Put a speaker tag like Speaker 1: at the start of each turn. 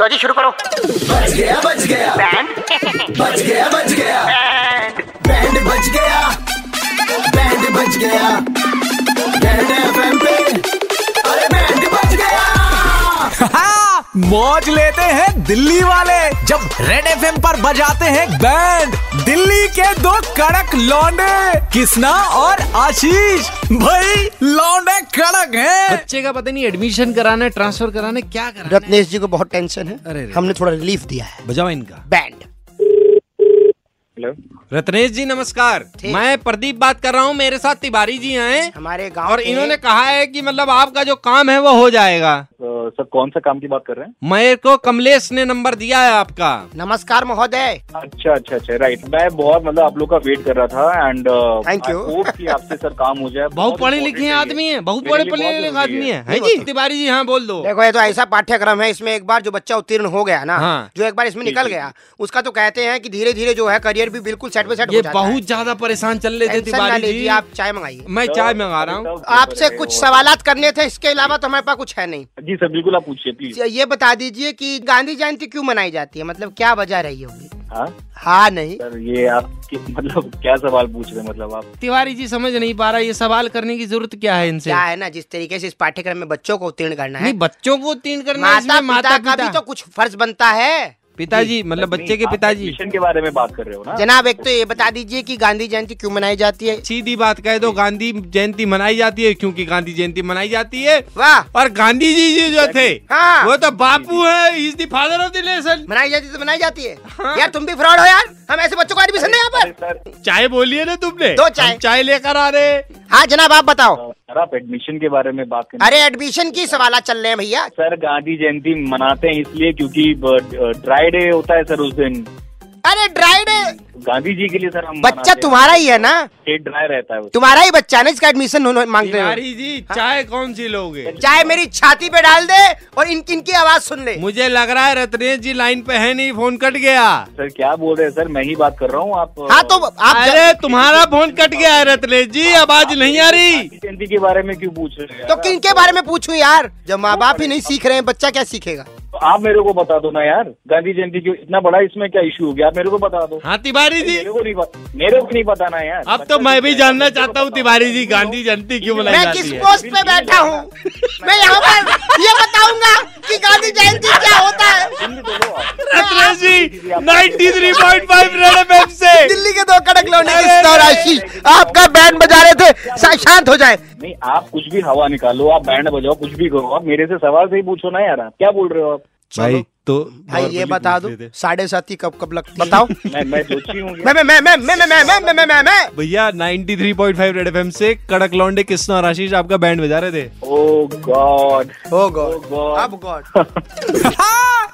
Speaker 1: लो जी शुरू करो
Speaker 2: बच गया बच गया
Speaker 1: बैंड
Speaker 2: बच गया बच गया बैंड बच गया बैंड बच गया बैंड एफएम पे अरे बैंड बच गया
Speaker 3: हाँ, मौज लेते हैं दिल्ली वाले जब रेड एफ पर बजाते हैं बैंड दिल्ली के दो कड़क लौंडे किसना और आशीष भाई लौंडे कड़क हैं
Speaker 4: बच्चे का पता नहीं एडमिशन कराना है ट्रांसफर कराना है क्या कराना है
Speaker 5: रत्नेश जी को बहुत टेंशन
Speaker 4: अरे
Speaker 5: है
Speaker 4: रे।
Speaker 5: हमने थोड़ा रिलीफ दिया है
Speaker 3: बजाओ इनका
Speaker 5: बैंड
Speaker 6: हेलो
Speaker 4: रत्नेश जी नमस्कार
Speaker 5: ठीक।
Speaker 4: मैं प्रदीप बात कर रहा हूँ मेरे साथ तिवारी जी हैं
Speaker 5: हमारे गांव
Speaker 4: और
Speaker 5: के-
Speaker 4: इन्होंने कहा है कि मतलब आपका जो काम है वो हो जाएगा
Speaker 6: अ, सर कौन सा काम की बात कर रहे हैं
Speaker 4: मेरे को कमलेश ने नंबर दिया है आपका
Speaker 5: नमस्कार महोदय
Speaker 6: अच्छा अच्छा अच्छा राइट मैं बहुत मतलब आप लोग का वेट कर रहा था एंड
Speaker 5: Thank you.
Speaker 6: होप कि आपसे सर काम हो जाए
Speaker 4: बहुत पढ़े
Speaker 6: important
Speaker 4: लिखे
Speaker 6: है ये।
Speaker 4: आदमी है बहुत
Speaker 6: मेरे
Speaker 4: पढ़े
Speaker 6: लिए बहुत
Speaker 4: पढ़े लिखे
Speaker 6: जरूरी
Speaker 4: आदमी है
Speaker 6: है।
Speaker 4: है जी तिवारी जी हाँ बोल दो
Speaker 5: देखो ये तो ऐसा पाठ्यक्रम है इसमें एक बार जो बच्चा उत्तीर्ण हो गया ना
Speaker 4: हाँ।
Speaker 5: जो एक बार इसमें निकल गया उसका तो कहते हैं कि धीरे धीरे जो है करियर भी बिल्कुल सेट पे सेट हो
Speaker 4: ये
Speaker 5: जाता है।
Speaker 4: बहुत ज्यादा परेशान चल रहे थे
Speaker 5: टेंशन ना
Speaker 4: तिवारी
Speaker 5: लीजिए
Speaker 4: जी
Speaker 5: आप चाय मंगाइए
Speaker 4: मैं
Speaker 6: सर,
Speaker 4: चाय मंगा रहा हूँ
Speaker 6: सर,
Speaker 5: आपसे
Speaker 6: सर,
Speaker 5: कुछ
Speaker 6: वो-
Speaker 5: सवाल करने थे इसके अलावा तो हमारे पास कुछ है नहीं
Speaker 6: जी सर बिल्कुल आप पूछिए प्लीज
Speaker 5: ये बता दीजिए कि गांधी जयंती क्यों मनाई जाती है मतलब क्या वजह रही होगी
Speaker 6: हाँ
Speaker 5: हाँ नहीं
Speaker 6: सर ये आप कि- मतलब क्या सवाल पूछ रहे हैं मतलब आप
Speaker 4: तिवारी जी समझ नहीं पा रहा ये सवाल करने की जरूरत क्या है इनसे
Speaker 5: क्या है ना जिस तरीके से इस पाठ्यक्रम में बच्चों को उत्तीर्ण करना है
Speaker 4: नहीं बच्चों को उत्तीर्ण करना है,
Speaker 5: माता
Speaker 4: इसमें
Speaker 5: पिता का भी तो कुछ फर्ज बनता है
Speaker 4: पिताजी मतलब बच्चे के
Speaker 6: आप
Speaker 4: पिताजी
Speaker 6: admission के बारे में बात कर रहे हो ना
Speaker 5: जनाब एक तो ये बता दीजिए कि गांधी जयंती क्यों मनाई जाती है
Speaker 4: सीधी बात कहे तो गांधी जयंती मनाई जाती है क्योंकि गांधी जयंती मनाई जाती है
Speaker 5: वाह
Speaker 4: और गांधी जी जी जो थे
Speaker 5: हाँ।
Speaker 4: वो तो बापू है is the father of the nation
Speaker 5: मनाई जाती है तो मनाई जाती है
Speaker 4: हाँ।
Speaker 5: यार तुम भी फ्रॉड हो यार हम ऐसे बच्चों को एडमिशन दें यहाँ
Speaker 6: अरे
Speaker 5: पर
Speaker 6: सर
Speaker 4: चाय बोलिए ना तुमने
Speaker 5: दो चाय।
Speaker 4: हम चाय लेकर आ रहे हैं।
Speaker 5: हाँ जनाब आप बताओ
Speaker 6: अ, सर आप एडमिशन के बारे में बात करें
Speaker 5: अरे एडमिशन की सवाल चल रहे हैं भैया
Speaker 6: सर गांधी जयंती मनाते हैं इसलिए क्योंकि ड्राई डे होता है सर उस दिन
Speaker 5: अरे ड्राई डे
Speaker 6: गांधी जी के लिए सर हम
Speaker 5: बच्चा तुम्हारा ही है ना
Speaker 6: ड्राई रहता है उस दिन।
Speaker 5: तुम्हारा ही बच्चा है ना इसका एडमिशन होने- मांगते हो
Speaker 4: तिवारी जी
Speaker 5: हाँ।
Speaker 4: चाय कौन सी लोगे
Speaker 5: चाहे मेरी छाती पे डाल दे और इनकी इनकी आवाज सुन ले
Speaker 4: मुझे लग रहा है रत्नेश जी लाइन पे है नहीं फोन कट गया
Speaker 6: सर क्या बोल रहे हैं सर मैं ही बात कर रहा हूँ आप
Speaker 5: हाँ तो आप
Speaker 4: अरे तुम्हारा फोन कट गया है रत्नेश जी आवाज नहीं आ रही
Speaker 6: गांधी जयंती के बारे में क्यों पूछ रहे हैं
Speaker 5: तो
Speaker 6: यार?
Speaker 5: किन के बारे में पूछूं यार जब माँ बाप ही नहीं सीख रहे हैं बच्चा क्या सीखेगा
Speaker 6: तो आप मेरे को बता दो ना यार गांधी जयंती क्यों इतना बड़ा इसमें क्या इशू हो गया आप मेरे को बता दो
Speaker 4: हाँ तिवारी जी
Speaker 6: मेरे को नहीं पता मेरे को नहीं पता ना यार
Speaker 4: अब तो मैं भी जानना चाहता हूँ तिवारी जी गांधी जयंती क्यों मनाई
Speaker 5: मैं
Speaker 4: जाती
Speaker 5: किस
Speaker 4: है
Speaker 5: पोस्ट पे बैठा हूँ मैं यहाँ पर ये बताऊंगा कि गांधी जयंती क्या होता है
Speaker 6: तो
Speaker 4: रत्नेश जी 93.5 रेड एफएम से
Speaker 5: दिल्ली के दो कड़क लौंडे किस और आशीष आपका बैंड बजा रहे थे शा- शांत हो जाए
Speaker 6: नहीं आप कुछ भी हवा निकालो आप बैंड बजाओ कुछ भी करो आप मेरे से सवाल से ही पूछो ना यार आप क्या बोल रहे हो आप
Speaker 4: भाई तो
Speaker 5: भाई ये बता दो साढ़े सात ही कब कब लग बताओ
Speaker 6: मैं मैं सोची हूँ
Speaker 5: मैं मैं मैं मैं मैं मैं मैं मैं मैं मैं मैं
Speaker 4: भैया 93.5 रेड एफएम से कड़क लौंडे कृष्णा और आशीष आपका बैंड बजा रहे थे
Speaker 6: oh God
Speaker 5: oh
Speaker 6: Oh God.
Speaker 5: अब गॉड
Speaker 3: हाँ,